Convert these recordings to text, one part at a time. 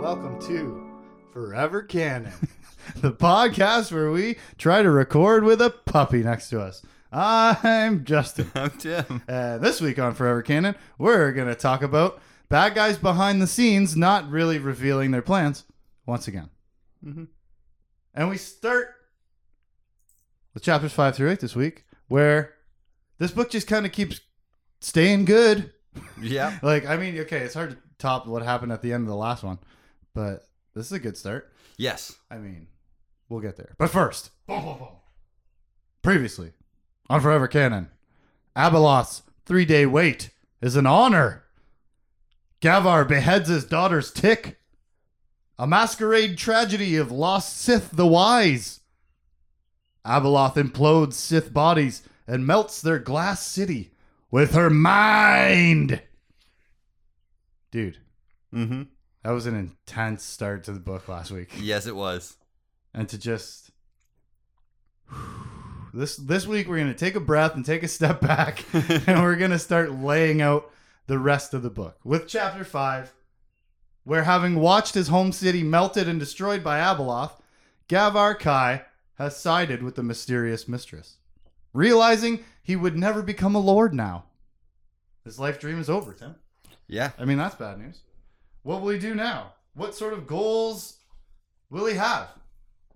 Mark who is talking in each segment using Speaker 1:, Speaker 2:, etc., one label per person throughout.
Speaker 1: welcome to Forever Canon.
Speaker 2: the podcast where we try to record with a puppy next to us. I'm Justin.
Speaker 3: I'm Tim.
Speaker 2: And this week on Forever Canon, we're going to talk about bad guys behind the scenes not really revealing their plans once again.
Speaker 1: Mhm.
Speaker 2: And we start with chapters 5 through 8 this week, where this book just kind of keeps staying good.
Speaker 3: Yeah.
Speaker 2: Like, I mean, okay, it's hard to top what happened at the end of the last one, but this is a good start.
Speaker 3: Yes.
Speaker 2: I mean, we'll get there. But first, previously on Forever Canon, Abeloth's three day wait is an honor. Gavar beheads his daughter's tick. A masquerade tragedy of lost Sith the Wise. Abeloth implodes Sith bodies and melts their glass city with her mind. Dude,
Speaker 3: Mm-hmm.
Speaker 2: that was an intense start to the book last week
Speaker 3: Yes, it was.
Speaker 2: and to just this this week we're going to take a breath and take a step back and we're going to start laying out the rest of the book with chapter 5 where having watched his home city melted and destroyed by Abeloth Gavar Kai has sided with the mysterious mistress realizing he would never become a lord now his life dream is over Tim
Speaker 3: Yeah.
Speaker 2: I mean, that's bad news. What will he do now? What sort of goals will he have?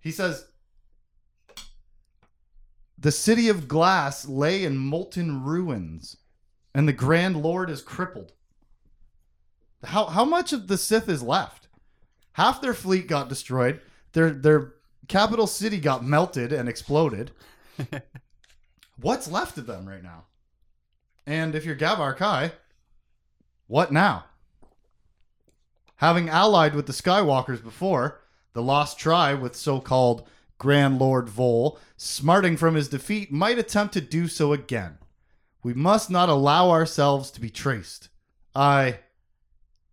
Speaker 2: He says, The city of glass lay in molten ruins, and the Grand Lord is crippled. How, how much of the Sith is left? Half their fleet got destroyed. Their, their capital city got melted and exploded. What's left of them right now? And if you're Gavar Kai, what now? Having allied with the Skywalkers before, the Lost Tribe with so called Grand Lord Vol, smarting from his defeat, might attempt to do so again. We must not allow ourselves to be traced. I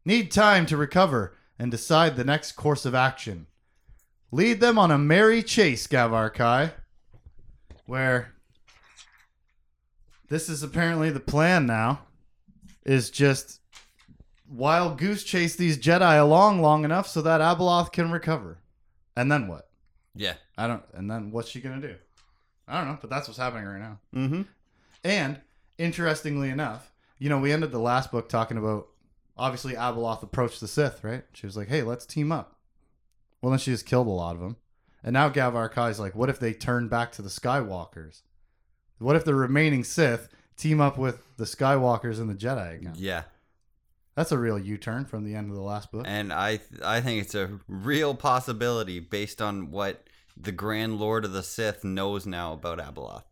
Speaker 2: need time to recover and decide the next course of action. Lead them on a merry chase, Gavar Kai. Where this is apparently the plan now is just wild goose chase these Jedi along long enough so that Abeloth can recover. And then what?
Speaker 3: Yeah.
Speaker 2: I don't. And then what's she gonna do? I don't know. But that's what's happening right now.
Speaker 3: Mm-hmm.
Speaker 2: And interestingly enough, you know, we ended the last book talking about obviously Abeloth approached the Sith, right? She was like, "Hey, let's team up." Well, then she just killed a lot of them, and now Gavar Kai's like, "What if they turn back to the Skywalkers? What if the remaining Sith team up with the Skywalkers and the Jedi again?"
Speaker 3: Yeah.
Speaker 2: That's a real U-turn from the end of the last book.
Speaker 3: And I I think it's a real possibility based on what the Grand Lord of the Sith knows now about Abeloth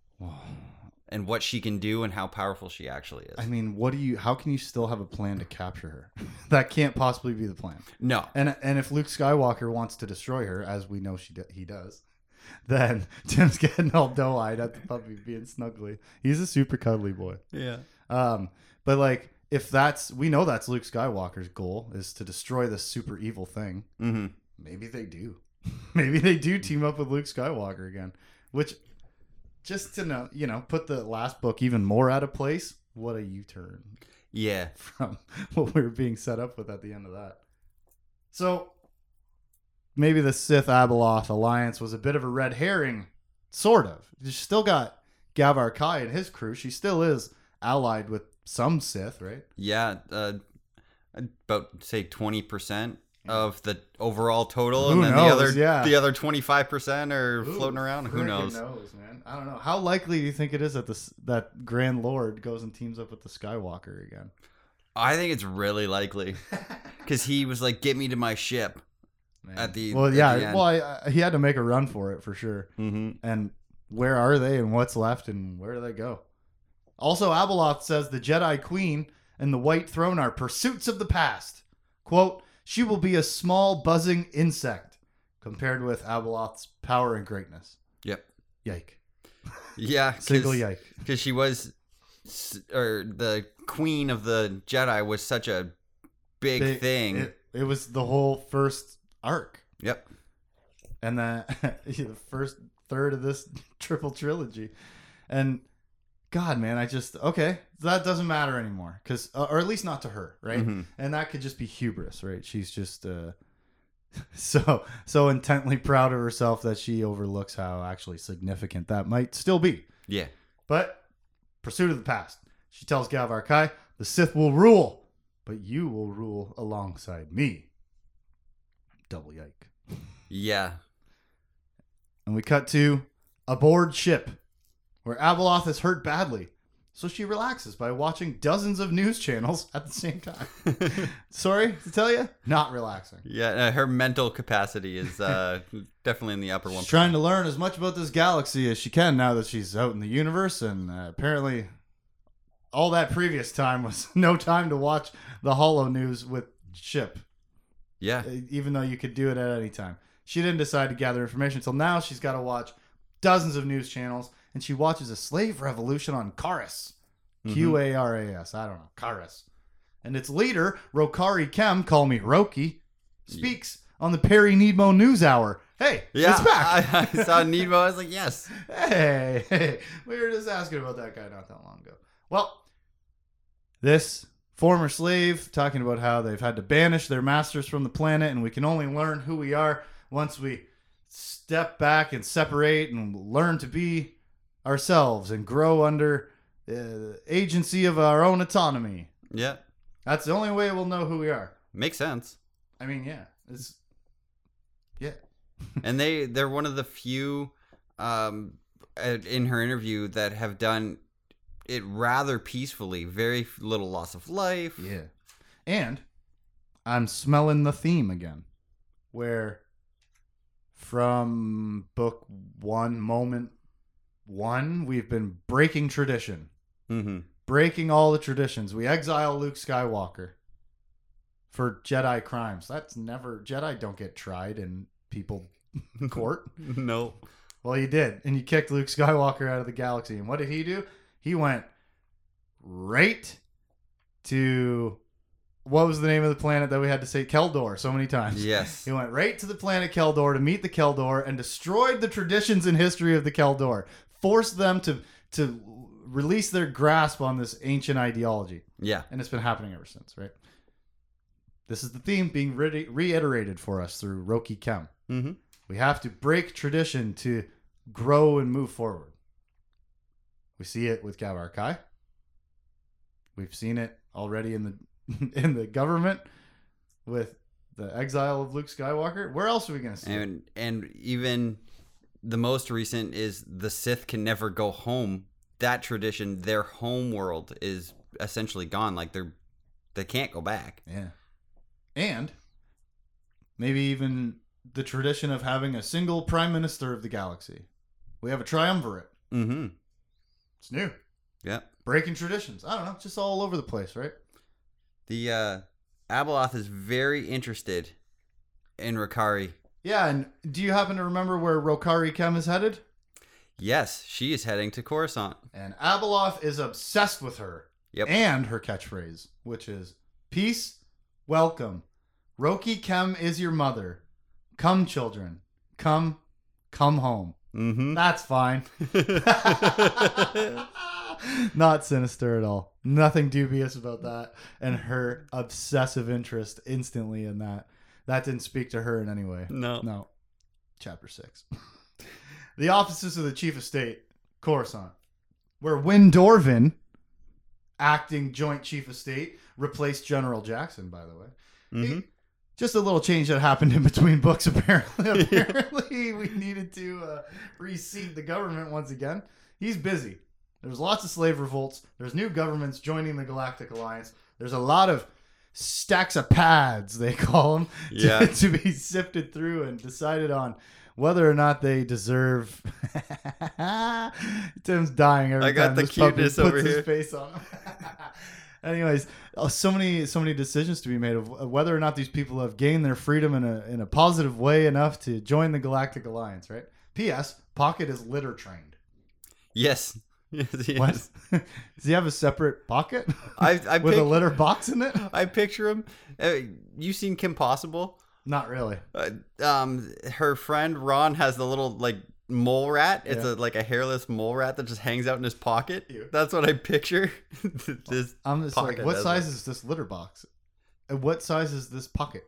Speaker 3: and what she can do and how powerful she actually is.
Speaker 2: I mean, what do you? How can you still have a plan to capture her? that can't possibly be the plan.
Speaker 3: no.
Speaker 2: And and if Luke Skywalker wants to destroy her, as we know she do, he does, then Tim's getting all doe-eyed at the puppy being snuggly. He's a super cuddly boy.
Speaker 3: Yeah.
Speaker 2: Um, but like, if that's we know that's Luke Skywalker's goal is to destroy this super evil thing.
Speaker 3: Mm-hmm.
Speaker 2: maybe they do. maybe they do team up with Luke Skywalker again, which just to know, you know, put the last book even more out of place. What a U-turn
Speaker 3: Yeah.
Speaker 2: from what we were being set up with at the end of that. So maybe the Sith Abeloth alliance was a bit of a red herring, sort of. She's still got Gavar Kai and his crew. She still is allied with some Sith, right?
Speaker 3: Yeah. Uh, about say twenty percent of the overall total,
Speaker 2: Who
Speaker 3: and then
Speaker 2: knows?
Speaker 3: the other
Speaker 2: Yeah.
Speaker 3: the other twenty five percent are
Speaker 2: Who
Speaker 3: floating around. Who
Speaker 2: frickin'
Speaker 3: knows?
Speaker 2: man? I don't know. How likely do you think it is that this that Grand Lord goes and teams up with the Skywalker again?
Speaker 3: I think it's really likely because he was like, "Get me to my ship."
Speaker 2: Man.
Speaker 3: At the-
Speaker 2: well,
Speaker 3: at
Speaker 2: yeah.
Speaker 3: the end.
Speaker 2: well, I, I, he had to make a run for it for sure.
Speaker 3: Mm-hmm.
Speaker 2: And where are they? And what's left? And where do they go? Also, Abeloth says the Jedi Queen and the White Throne are pursuits of the past. Quote: She will be a small buzzing insect compared with Abeloth's power and greatness.
Speaker 3: Yep.
Speaker 2: Yike!
Speaker 3: Yeah. Cause,
Speaker 2: Single yike.
Speaker 3: Because she was, s- or the queen of the Jedi was such a big
Speaker 2: They-
Speaker 3: thing.
Speaker 2: It, it was the whole first arc.
Speaker 3: yep.
Speaker 2: and then the first third of this triple trilogy and god man i just okay that doesn't matter uh, anymore because or at least not to her right
Speaker 3: Mhm.
Speaker 2: and that could just be hubris right she's just uh so so intently proud of herself that she overlooks how actually significant that might still be.
Speaker 3: Yeah.
Speaker 2: But pursuit of the past. She tells Gavar Kai, the Sith will rule, but you will rule alongside me. Double yike.
Speaker 3: Yeah.
Speaker 2: And we cut to aboard ship, where Avaloth is hurt badly. So she relaxes by watching dozens of news channels at the same time. Sorry to tell you, not relaxing.
Speaker 3: Yeah, uh, her mental capacity is uh, definitely in the upper one.
Speaker 2: She's trying to learn as much about this galaxy as she can now that she's out in the universe, and uh, apparently, all that previous time was no time to watch the Hollow News with Chip,
Speaker 3: Yeah,
Speaker 2: uh, even though you could do it at any time. She didn't decide to gather information until now. She's got to watch dozens of news channels, and she watches a slave revolution on Karis.
Speaker 3: Mm-hmm.
Speaker 2: Q A R A S. I don't know. Karas. And its leader, Rokari Kem, call me Roki, speaks on the Perry Needmo News Hour. Hey,
Speaker 3: yeah.
Speaker 2: it's back.
Speaker 3: I, I saw Nemo. I was like, yes.
Speaker 2: hey, hey, we were just asking about that guy not that long ago. Well, this former slave talking about how they've had to banish their masters from the planet, and we can only learn who we are once we step back and separate and learn to be ourselves and grow under the agency of our own autonomy.
Speaker 3: Yeah,
Speaker 2: That's the only way we'll know who we are.
Speaker 3: makes sense.
Speaker 2: I mean, yeah, it's yeah,
Speaker 3: and they they're one of the few um at- in her interview that have done it rather peacefully very little loss of life
Speaker 2: Yeah. And I'm smelling the theme again. Where from book one, moment one, we've been breaking tradition,
Speaker 3: hmm
Speaker 2: breaking all the traditions. We exile Luke Skywalker for Jedi crimes. That's never, Jedi don't get tried in people court.
Speaker 3: no
Speaker 2: Well, you did, and you kicked Luke Skywalker out of the galaxy. And what did he do? He went right to what was the name of the planet that we had to say Keldor so many times?
Speaker 3: yes
Speaker 2: He went right to the planet Keldor to meet the Keldor and destroyed the traditions and history of the Keldor, forced them to to release their grasp on this ancient ideology,
Speaker 3: yeah
Speaker 2: and it's been happening ever since, right? This is the theme being re- reiterated for us through Roki Kem.
Speaker 3: hmm
Speaker 2: We have to break tradition to grow and move forward. We see it with Gavar Kai. We've seen it already in the in the government with the exile of Luke Skywalker. Where else are we going to see it?
Speaker 3: and and even the most recent is the sith can never go home that tradition their home world is essentially gone like they're they can't go back
Speaker 2: Yeah. And maybe even the tradition of having a single prime minister of the galaxy. We have a triumvirate.
Speaker 3: mm-hmm
Speaker 2: It's new.
Speaker 3: yeah
Speaker 2: Breaking traditions. I don't know. Just all over the place, right?
Speaker 3: the uh Abeloth is very interested in Rikari.
Speaker 2: Yeah, and do you happen to remember where Rokari Kem is headed?
Speaker 3: Yes, she is heading to Coruscant.
Speaker 2: And Abeloth is obsessed with her
Speaker 3: Yep.
Speaker 2: and her catchphrase, which is peace, welcome. Roki Kem is your mother. Come, children. Come, come home.
Speaker 3: Mm-hmm.
Speaker 2: That's fine. Not sinister at all. Nothing dubious about that. And her obsessive interest instantly in that. That didn't speak to her in any way.
Speaker 3: no.
Speaker 2: No. Chapter 6. the offices of the chief of state, Coruscant, where Windorvin, acting joint chief of state, replaced General Jackson, by the way.
Speaker 3: Mhm.
Speaker 2: Just a little change that happened in between books, apparently. apparently, we needed to uh, reseat the government once again. He's busy. There's lots of slave revolts. There's new governments joining the Galactic Alliance. There's a lot of stacks of pads, they call them,
Speaker 3: Yeah.
Speaker 2: to be sifted through and decided on whether or not they deserve. Tim's dying every
Speaker 3: I got
Speaker 2: time
Speaker 3: the
Speaker 2: this puppy
Speaker 3: cuteness
Speaker 2: puts
Speaker 3: over
Speaker 2: his
Speaker 3: here.
Speaker 2: face on him. Anyways, oh, so many so many decisions to be made of uh, whether or not these people have gained their freedom in a in a positive way enough to join the Galactic Alliance, right? P.S. Pocket is litter trained.
Speaker 3: Yes. yes. yes.
Speaker 2: What? Does he have a separate pocket
Speaker 3: I I,
Speaker 2: with
Speaker 3: pic-
Speaker 2: a litter box in it?
Speaker 3: I picture him. Uh, you seen Kim Possible?
Speaker 2: Not really.
Speaker 3: Uh, um, her friend Ron has the little like mole rat. It's
Speaker 2: Yeah.
Speaker 3: a like a hairless mole rat that just hangs out in his pocket.
Speaker 2: Ew.
Speaker 3: That's what I picture. this
Speaker 2: I'm just
Speaker 3: Pocket
Speaker 2: like, what
Speaker 3: does
Speaker 2: Uh, size is this litter box? And what size is this pocket?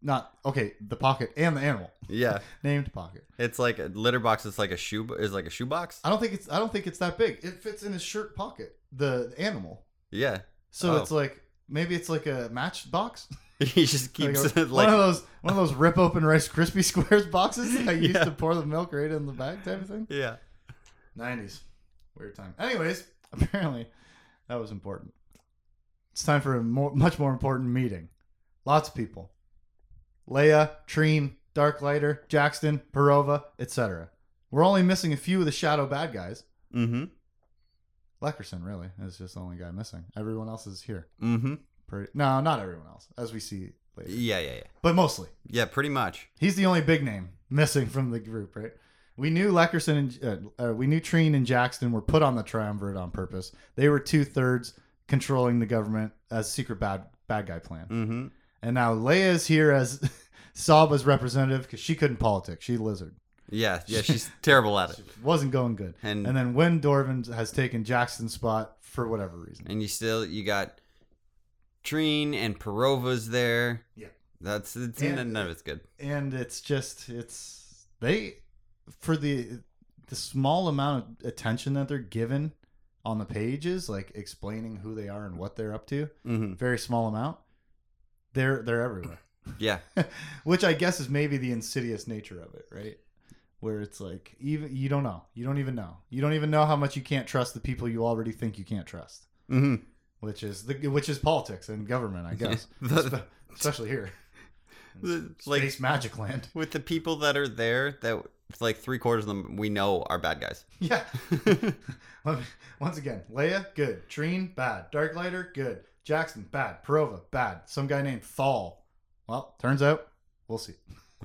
Speaker 2: Not okay. The pocket and the animal
Speaker 3: Yeah,
Speaker 2: named Pocket.
Speaker 3: it's like a litter box. It's like a shoe. Is like a shoebox.
Speaker 2: I don't think it's. I don't think it's that big. It fits in his shirt pocket. The animal.
Speaker 3: Yeah,
Speaker 2: So
Speaker 3: Oh.
Speaker 2: it's like maybe it's like a matchbox.
Speaker 3: he just keeps
Speaker 2: like,
Speaker 3: it
Speaker 2: one of
Speaker 3: like
Speaker 2: those one of those rip open Rice Krispie squares boxes that I used
Speaker 3: Yeah.
Speaker 2: to pour the milk right in the bag type of thing.
Speaker 3: yeah.
Speaker 2: Nineties, weird time. Anyways, apparently that was important. It's time for a more, much more important meeting. Lots of people: Leia, Treen, Darklighter, Jackson, Perova, etc. We're only missing a few of the shadow bad guys.
Speaker 3: Mm
Speaker 2: Leckerson really is just the only guy missing. Everyone else is here.
Speaker 3: hmm. Mm hmm.
Speaker 2: Pretty, no, not everyone else, as we see later,
Speaker 3: Yeah, yeah, yeah.
Speaker 2: but mostly.
Speaker 3: Yeah, pretty much.
Speaker 2: He's the only big name missing from the group, right? We knew Leckerson and uh, uh, we knew Treen and Jackson were put on the triumvirate on purpose. They were two thirds controlling the government as secret bad bad guy plan.
Speaker 3: Mm hmm.
Speaker 2: And now Leia is here as Saba's representative because she couldn't politics. She lizard
Speaker 3: Yeah, yeah, she's terrible at it.
Speaker 2: wasn't going good.
Speaker 3: And
Speaker 2: And
Speaker 3: and,
Speaker 2: then when Dorvin has taken Jackson's spot for whatever reason,
Speaker 3: you still you got Treen and Perova's there.
Speaker 2: Yeah.
Speaker 3: That's it's
Speaker 2: And-
Speaker 3: none of it's good.
Speaker 2: and it's just it's they for the the small amount of attention that they're given on the pages like explaining who they are and what they're up to
Speaker 3: hmm
Speaker 2: very small amount they're they're everywhere
Speaker 3: Yeah.
Speaker 2: which i guess is maybe the insidious nature of it right where it's like even you don't know you don't even know you don't even know how much you can't trust the people you already think you can't trust
Speaker 3: hmm
Speaker 2: which is the which is politics and government i Mm-hmm, guess
Speaker 3: The-
Speaker 2: Espe- especially here
Speaker 3: The- like-
Speaker 2: space magic land
Speaker 3: With the people that are there, that it's like three quarters of them we know are bad guys.
Speaker 2: yeah Let me- Once again, Leia, good. Treen, bad. Darklighter, good. Jackson, bad. Perova, bad. Some guy named Thal. Well, turns out, we'll see.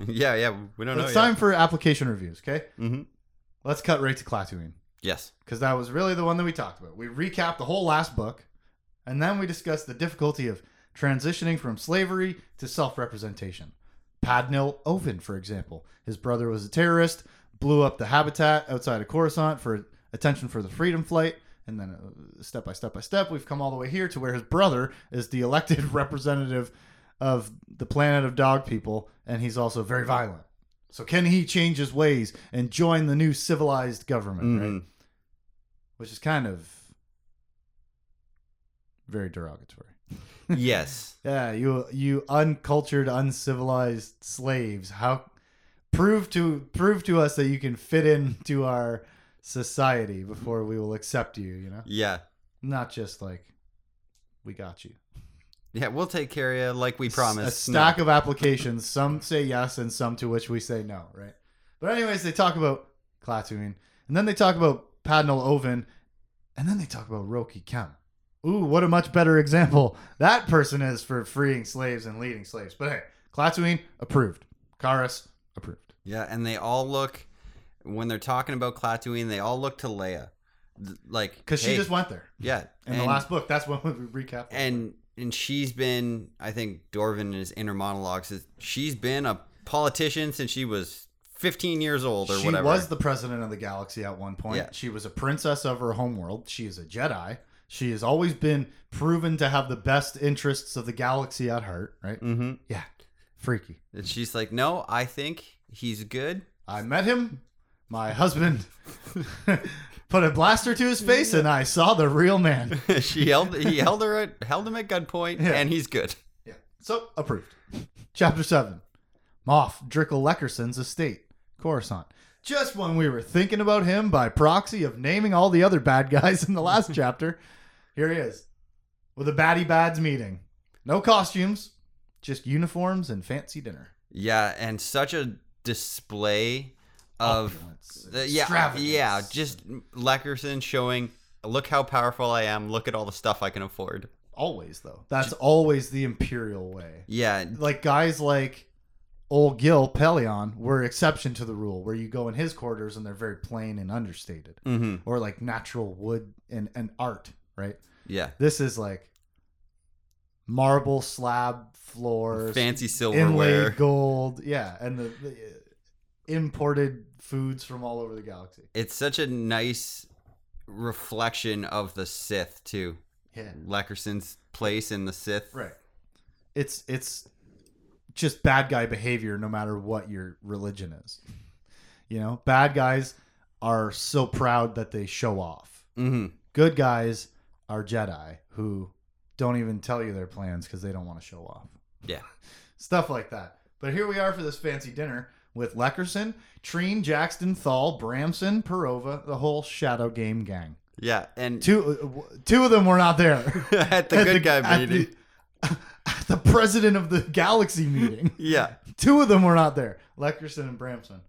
Speaker 3: yeah, yeah. We don't
Speaker 2: But
Speaker 3: know.
Speaker 2: it's time for application reviews, okay?
Speaker 3: Mm-hmm.
Speaker 2: Let's cut right to Klaatuine,
Speaker 3: Yes.
Speaker 2: because that was really the one that we talked about. We recapped the whole last book, and then we discussed the difficulty of transitioning from slavery to self representation. Padnil Oven, for example. His brother was a terrorist, blew up the habitat outside of Coruscant for attention for the freedom flight. And then, uh, step by step by step, we've come all the way here to where his brother is the elected representative of the planet of dog people, and he's also very violent. So, can he change his ways and join the new civilized government, right?
Speaker 3: Mhm.
Speaker 2: Which is kind of very derogatory.
Speaker 3: yes.
Speaker 2: Yeah, you you uncultured, uncivilized slaves. How prove to prove to us that you can fit into our society before we will accept you, you know?
Speaker 3: Yeah.
Speaker 2: Not just like we got you.
Speaker 3: Yeah, we'll take care of you like we promised.
Speaker 2: A
Speaker 3: No.
Speaker 2: stack of applications, some say yes and some to which we say no, right? But anyways, they talk about Klaatuin, and then they talk about Padnal Oven, and then they talk about Roki Kem. Ooh, what a much better example that person is for freeing slaves and leading slaves. But hey, Klaatuin approved. Karas approved.
Speaker 3: Yeah, and they all look when they're talking about Klaatuine, they all look to Leia, Th- like
Speaker 2: Because she
Speaker 3: hey,
Speaker 2: just went there
Speaker 3: yeah.
Speaker 2: in the last book. That's when we recap.
Speaker 3: and and she's been, I think Dorvin in his inner monologue says she's been a politician since she was 15 years old or
Speaker 2: she
Speaker 3: whatever.
Speaker 2: was the president of the galaxy at one point.
Speaker 3: Yeah.
Speaker 2: She was a princess of her homeworld. She is a Jedi. She has always been proven to have the best interests of the galaxy at heart, right?
Speaker 3: hmm
Speaker 2: Yeah. Freaky.
Speaker 3: And she's like, no, I think he's good.
Speaker 2: I met him. My husband put a blaster to his face, and I saw the real man.
Speaker 3: she held he held her at, held him at gunpoint,
Speaker 2: Yeah.
Speaker 3: and he's good.
Speaker 2: Yeah. So, approved. Chapter 7 Moff Drickle Leckerson's estate, Coruscant. Just when we were thinking about him by proxy of naming all the other bad guys in the last chapter, here he is with a baddie bads meeting. No costumes, just uniforms and fancy dinner.
Speaker 3: Yeah, and such a display of
Speaker 2: Opulence,
Speaker 3: Uh, yeah,
Speaker 2: Oh, extravagance.
Speaker 3: yeah, just Leckerson showing, look how powerful I am. Look at all the stuff I can afford.
Speaker 2: always though. That's always the imperial way.
Speaker 3: Yeah,
Speaker 2: like guys like old Gil Pelion were exception to the rule, where you go in his quarters and they're very plain and understated,
Speaker 3: hmm
Speaker 2: or like natural wood and, and art, right?
Speaker 3: yeah.
Speaker 2: This is like marble slab floors,
Speaker 3: Fancy
Speaker 2: inlaid
Speaker 3: silverware.
Speaker 2: gold, yeah, and the, the uh, imported foods from all over the galaxy.
Speaker 3: It's such a nice reflection of the Sith too.
Speaker 2: Yeah,
Speaker 3: Leckerson's place in the Sith.
Speaker 2: right. It's it's just bad guy behavior no matter what your religion is. You know, bad guys are so proud that they show off.
Speaker 3: Mm-hmm.
Speaker 2: Good guys are Jedi who don't even tell you their plans because they don't want to show off.
Speaker 3: Yeah.
Speaker 2: Stuff like that. But here we are for this fancy dinner with Leckerson, Treen, Jackson, Thal, Bramson, Perova, the whole Shadow Game gang.
Speaker 3: Yeah, and
Speaker 2: Two, uh, w- two of them were not there.
Speaker 3: at the
Speaker 2: At
Speaker 3: good guy
Speaker 2: at the-
Speaker 3: meeting.
Speaker 2: at the president of the galaxy meeting.
Speaker 3: Yeah,
Speaker 2: Two of them were not there. Leckerson and Bramson.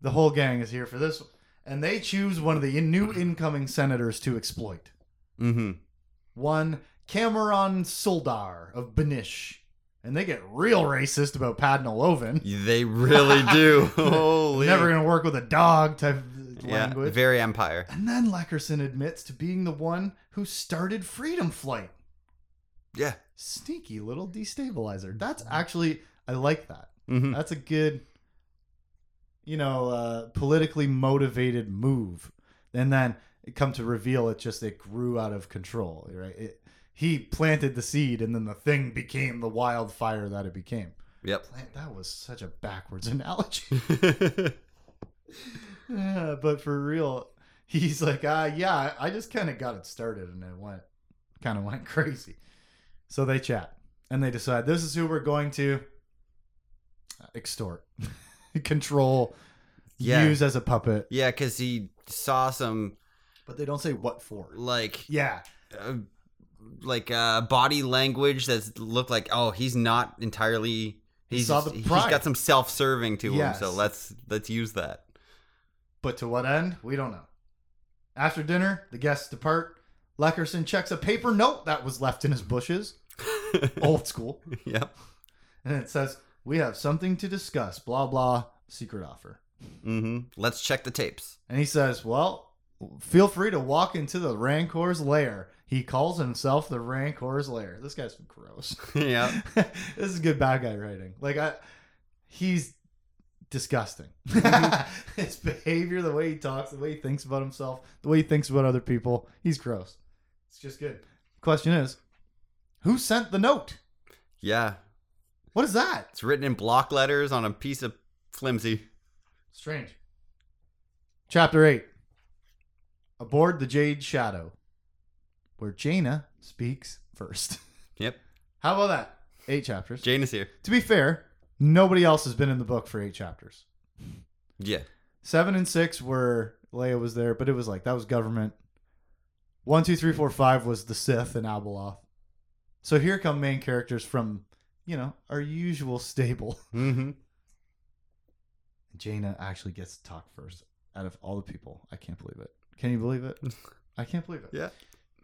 Speaker 2: The whole gang is here for this one. And they choose one of the in- new incoming senators to exploit.
Speaker 3: mm-hmm.
Speaker 2: One, Cameron Soldar of Benish. And they get real racist about Padden Olovin.
Speaker 3: they really do. Holy,
Speaker 2: Never going to work with a dog type of
Speaker 3: yeah,
Speaker 2: language.
Speaker 3: very empire.
Speaker 2: and then Leckerson admits to being the one who started Freedom Flight.
Speaker 3: Yeah,
Speaker 2: Sneaky little destabilizer. That's actually, I like that.
Speaker 3: mm-hmm.
Speaker 2: That's a good, you know, uh, politically motivated move. And then it come to reveal it just it grew out of control, right? It, he planted the seed, and then the thing became the wildfire that it became.
Speaker 3: yep.
Speaker 2: Plant, that was such a backwards analogy. yeah, but for real, he's like, ah, yeah, I just kind of got it started, and it went kind of went crazy. So they chat, and they decide this is who we're going to extort, control,
Speaker 3: Yeah.
Speaker 2: use as a puppet.
Speaker 3: yeah, because he saw some
Speaker 2: But they don't say what for.
Speaker 3: like
Speaker 2: Yeah,
Speaker 3: uh, like uh body language that's looked like oh he's not entirely
Speaker 2: He
Speaker 3: he's
Speaker 2: saw the
Speaker 3: he's
Speaker 2: pride.
Speaker 3: got some self-serving to him so
Speaker 2: Yes.
Speaker 3: let's let's use that
Speaker 2: but to what end? We don't know. After dinner, the guests depart. Leckerson checks a paper note that was left in his bushes. Old school.
Speaker 3: yep
Speaker 2: and it says we have something to discuss blah blah secret offer
Speaker 3: hmm let's check the tapes
Speaker 2: and he says well feel free to walk into the rancor's lair he calls himself the rancor's lair this guy's gross
Speaker 3: yeah
Speaker 2: this is good bad guy writing like i he's disgusting his behavior the way he talks the way he thinks about himself the way he thinks about other people he's gross it's just good question is who sent the note
Speaker 3: yeah
Speaker 2: what is that
Speaker 3: it's written in block letters on a piece of flimsy
Speaker 2: Strange. Chapter 8 Aboard the Jade Shadow, where Jaina speaks first.
Speaker 3: yep
Speaker 2: How about that? Eight chapters.
Speaker 3: jane is here
Speaker 2: to be fair, nobody else has been in the book for eight chapters.
Speaker 3: yeah
Speaker 2: Seven and six were Leia was there, but it was like that was government. One, two, three, four, five was the Sith and Abeloth. So here come main characters from, you know, our usual stable.
Speaker 3: mm-hmm.
Speaker 2: Jaina actually gets to talk first out of all the people. I can't believe it. Can you believe it? I can't believe it.
Speaker 3: Yeah.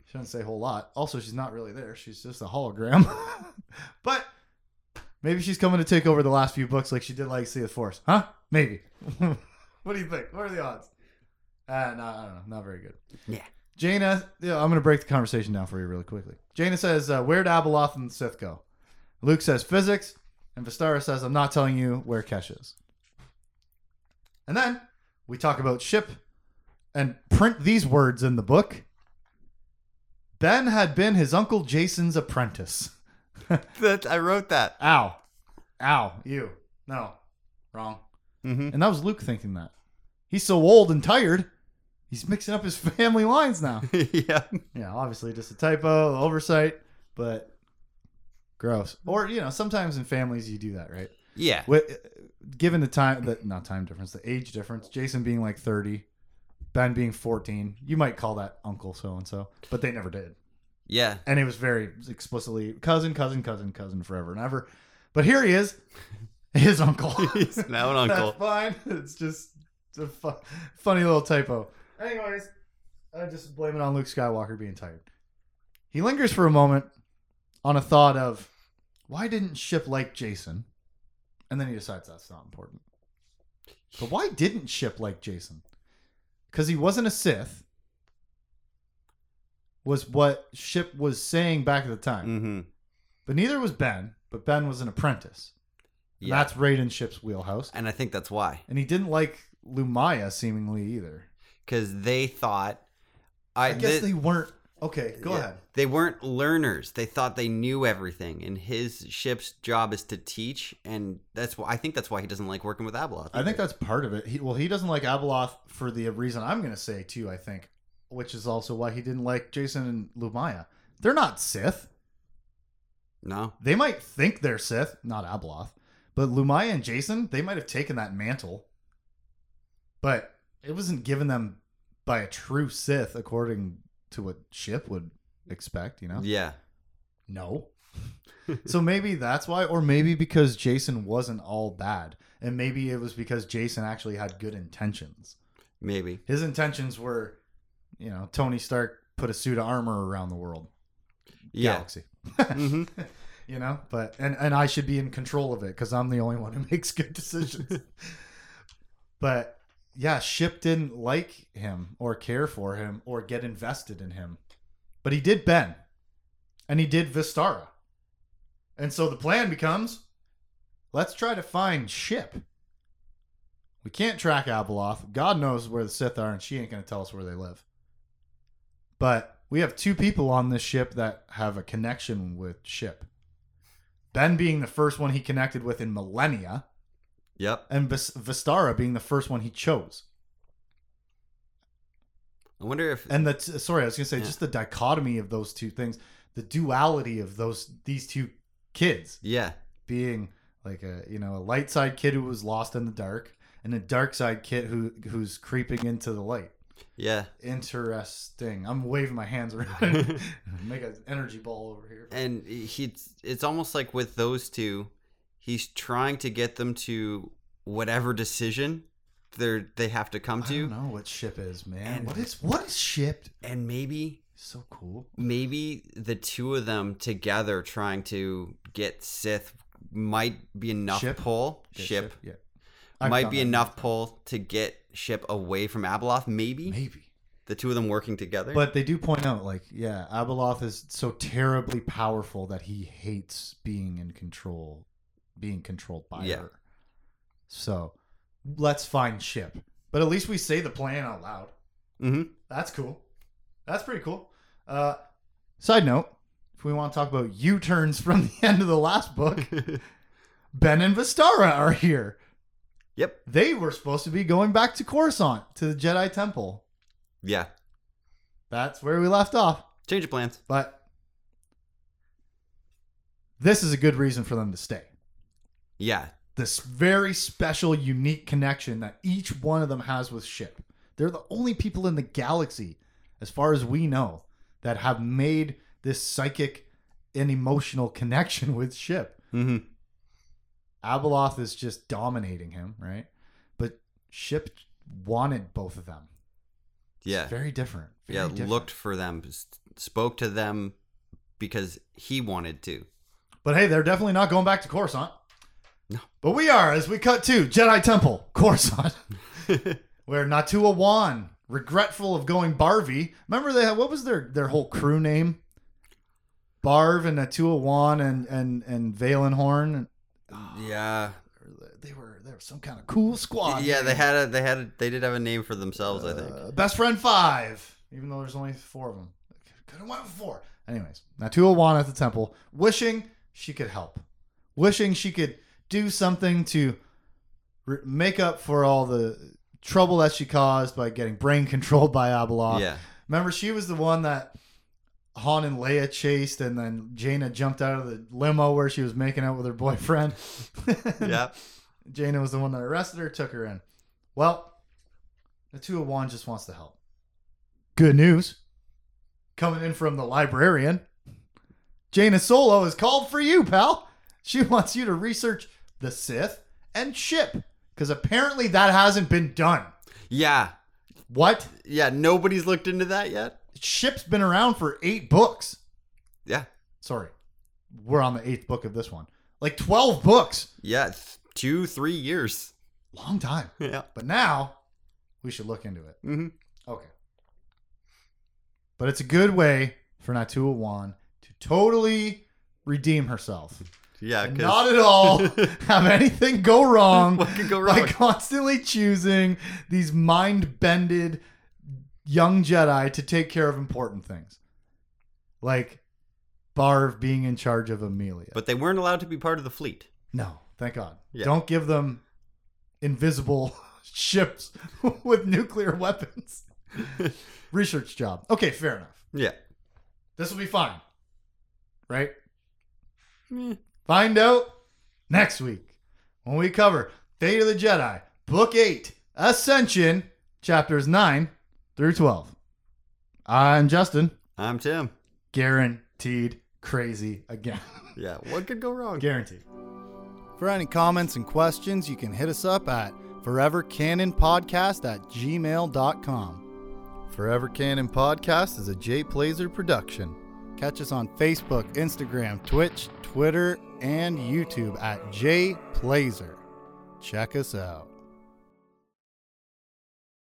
Speaker 2: She doesn't say a whole lot. Also, she's not really there. She's just a hologram. but maybe she's coming to take over the last few books like she did Legacy of the Force. Huh? Maybe. what do you think? What are the odds? Uh, no, I don't know. Not very good.
Speaker 3: Yeah.
Speaker 2: Jaina, yeah, I'm going to break the conversation down for you really quickly. Jaina says, uh, Where'd Abeloth and the Sith go? Luke says, Physics. And Vistara says, I'm not telling you where Kesh is. And then we talk about ship and print these words in the book. Ben had been his uncle Jason's apprentice.
Speaker 3: that i wrote that
Speaker 2: Ow. Ow. You. No. Wrong.
Speaker 3: mm-hmm.
Speaker 2: And that was Luke thinking that. He's so old and tired. He's mixing up his family lines now.
Speaker 3: yeah
Speaker 2: yeah, obviously just a typo, oversight, but gross. Or, you know, sometimes in families you do that, right?
Speaker 3: yeah
Speaker 2: Wi- uh, given the time that not time difference, the age difference, Jason being like 30, Ben being 14, you might call that uncle so and so, but they never did.
Speaker 3: yeah
Speaker 2: And it was very explicitly cousin, cousin, cousin, cousin forever and ever. But here he is, his uncle.
Speaker 3: he's now an uncle
Speaker 2: That's fine. It's just it's a fu- funny little typo. Anyways, I just blame it on Luke Skywalker being tired. He lingers for a moment on a thought of why didn't Ship like Jason? And then he decides that's not important. But why didn't Ship like Jason? Because he wasn't a Sith, was what Ship was saying back at the time.
Speaker 3: mm-hmm.
Speaker 2: But neither was Ben, but Ben was an apprentice. And
Speaker 3: yeah
Speaker 2: That's Raiden Ship's wheelhouse.
Speaker 3: and i think that's why
Speaker 2: And he didn't like Lumaya seemingly either.
Speaker 3: because they thought
Speaker 2: I,
Speaker 3: i,
Speaker 2: guess
Speaker 3: thi-
Speaker 2: they weren't Okay, go
Speaker 3: Yeah.
Speaker 2: ahead.
Speaker 3: They weren't learners. They thought they knew everything, and his ship's job is to teach, and that's why I think that's why he doesn't like working with Abeloth.
Speaker 2: I think that's part of it. He, well, he doesn't like Abeloth for the reason I'm going to say too. I think, which is also why he didn't like Jason and Lumaya. They're not Sith.
Speaker 3: no.
Speaker 2: They might think they're Sith, not Abeloth, but Lumaya and Jason, they might have taken that mantle, but it wasn't given them by a true Sith, according to what Ship would expect. You know,
Speaker 3: Yeah.
Speaker 2: no. so maybe that's why, or maybe because Jason wasn't all bad, and maybe it was because Jason actually had good intentions.
Speaker 3: Maybe.
Speaker 2: His intentions were, you know, Tony Stark put a suit of armor around the world,
Speaker 3: Yeah.
Speaker 2: galaxy,
Speaker 3: Mhm.
Speaker 2: you know. But and and I should be in control of it because I'm the only one who makes good decisions. but yeah, Ship didn't like him or care for him or get invested in him, but he did Ben, and he did Vistara, and so the plan becomes, let's try to find Ship. We can't track Abeloth. God knows where the Sith are, and she ain't going to tell us where they live. But we have two people on this ship that have a connection with Ship. Ben being the first one he connected with in millennia,
Speaker 3: Yep.
Speaker 2: and Vis- Vistara being the first one he chose.
Speaker 3: I wonder if
Speaker 2: And the t- sorry, I was going to say
Speaker 3: Yeah.
Speaker 2: just the dichotomy of those two things, the duality of those these two kids
Speaker 3: yeah.
Speaker 2: being like a you know a light side kid who was lost in the dark and a dark side kid who who's creeping into the light.
Speaker 3: Yeah.
Speaker 2: Interesting. I'm waving my hands around. Make an energy ball over here.
Speaker 3: and he it's almost like with those two he's trying to get them to whatever decision they're they have to come
Speaker 2: I don't
Speaker 3: to
Speaker 2: know what ship is, man.
Speaker 3: And-
Speaker 2: what is what is shipped?
Speaker 3: and maybe
Speaker 2: So cool.
Speaker 3: maybe the two of them together trying to get sith might be enough
Speaker 2: Ship?
Speaker 3: pull
Speaker 2: Yeah,
Speaker 3: ship,
Speaker 2: Yeah. I've
Speaker 3: might
Speaker 2: done
Speaker 3: be
Speaker 2: that.
Speaker 3: enough pull to get ship away from abeloth maybe,
Speaker 2: Maybe.
Speaker 3: the two of them working together
Speaker 2: But they do point out, like, yeah, Abeloth is so terribly powerful that he hates being in control, being controlled by
Speaker 3: Yeah.
Speaker 2: her. So let's find ship. But at least we say the plan out loud.
Speaker 3: hmm
Speaker 2: That's cool. That's pretty cool. Uh, side note, if we want to talk about U turns from the end of the last book, Ben and Vistara are here.
Speaker 3: Yep.
Speaker 2: They were supposed to be going back to Coruscant to the Jedi Temple.
Speaker 3: yeah
Speaker 2: That's where we left off.
Speaker 3: change of plans
Speaker 2: But this is a good reason for them to stay.
Speaker 3: yeah
Speaker 2: This very special, unique connection that each one of them has with Ship. They're the only people in the galaxy, as far as we know, that have made this psychic and emotional connection with Ship.
Speaker 3: hmm
Speaker 2: Abeloth is just dominating him, right? But Ship wanted both of them.
Speaker 3: yeah
Speaker 2: It's very different. Very
Speaker 3: yeah
Speaker 2: different.
Speaker 3: looked for them s- spoke to them because he wanted to
Speaker 2: But hey, they're definitely not going back to Coruscant.
Speaker 3: No.
Speaker 2: But we are as we cut to Jedi Temple, Coruscant, where Natua Wan, regretful of going Barvy. Remember they had what was their their whole crew name? Barv and Natua Wan and and and Valenhorn. Ah.
Speaker 3: yeah
Speaker 2: They were they were some kind of cool squad.
Speaker 3: yeah they had a they had a, they did have a name for themselves i think
Speaker 2: Uh, Best friend five, even though there's only four of them. Could have went with four. Anyways, Natua Wan at the temple, wishing she could help, wishing she could do something to re- make up for all the trouble that she caused by getting brain controlled by Abeloth.
Speaker 3: yeah
Speaker 2: Remember, she was the one that Han and Leia chased, and then Jaina jumped out of the limo where she was making out with her boyfriend.
Speaker 3: yeah
Speaker 2: Jaina was the one that arrested her, took her in. Well, Natua Wan just wants to help. Good news. Coming in from the librarian. Jaina Solo has called for you, pal. She wants you to research the Sith and ship. Because apparently that hasn't been done.
Speaker 3: yeah
Speaker 2: What?
Speaker 3: yeah nobody's looked into that yet
Speaker 2: Ship's been around for eight books.
Speaker 3: yeah
Speaker 2: Sorry. We're on the eighth book of this one. Like 12 books.
Speaker 3: yeah th- two three years
Speaker 2: Long time.
Speaker 3: yeah
Speaker 2: But now we should look into it.
Speaker 3: hmm
Speaker 2: Okay. But it's a good way for Natua Wan to totally redeem herself.
Speaker 3: yeah
Speaker 2: And
Speaker 3: 'cause
Speaker 2: not at all have anything go wrong
Speaker 3: what could go wrong
Speaker 2: by constantly choosing these mind bended young Jedi to take care of important things. like Barv being in charge of Amelia.
Speaker 3: But they weren't allowed to be part of the fleet.
Speaker 2: no, thank God.
Speaker 3: Yeah.
Speaker 2: Don't give them invisible ships with nuclear weapons. Research job. Okay, fair enough.
Speaker 3: Yeah.
Speaker 2: This will be fine. Right? Find out next week when we cover Fate of the Jedi, Book 8, Ascension, chapters 9 through 12. I'm Justin,
Speaker 3: I'm Tim.
Speaker 2: guaranteed crazy again.
Speaker 3: Yeah. What could go wrong?
Speaker 2: guaranteed. For any comments and questions, you can hit us up at forevercanonpodcast at gmail.com. Forever Canon Podcast is a Jay Plazer production. Catch us on Facebook, Instagram, Twitch, Twitter, and YouTube at Jay Plazer. Check us out.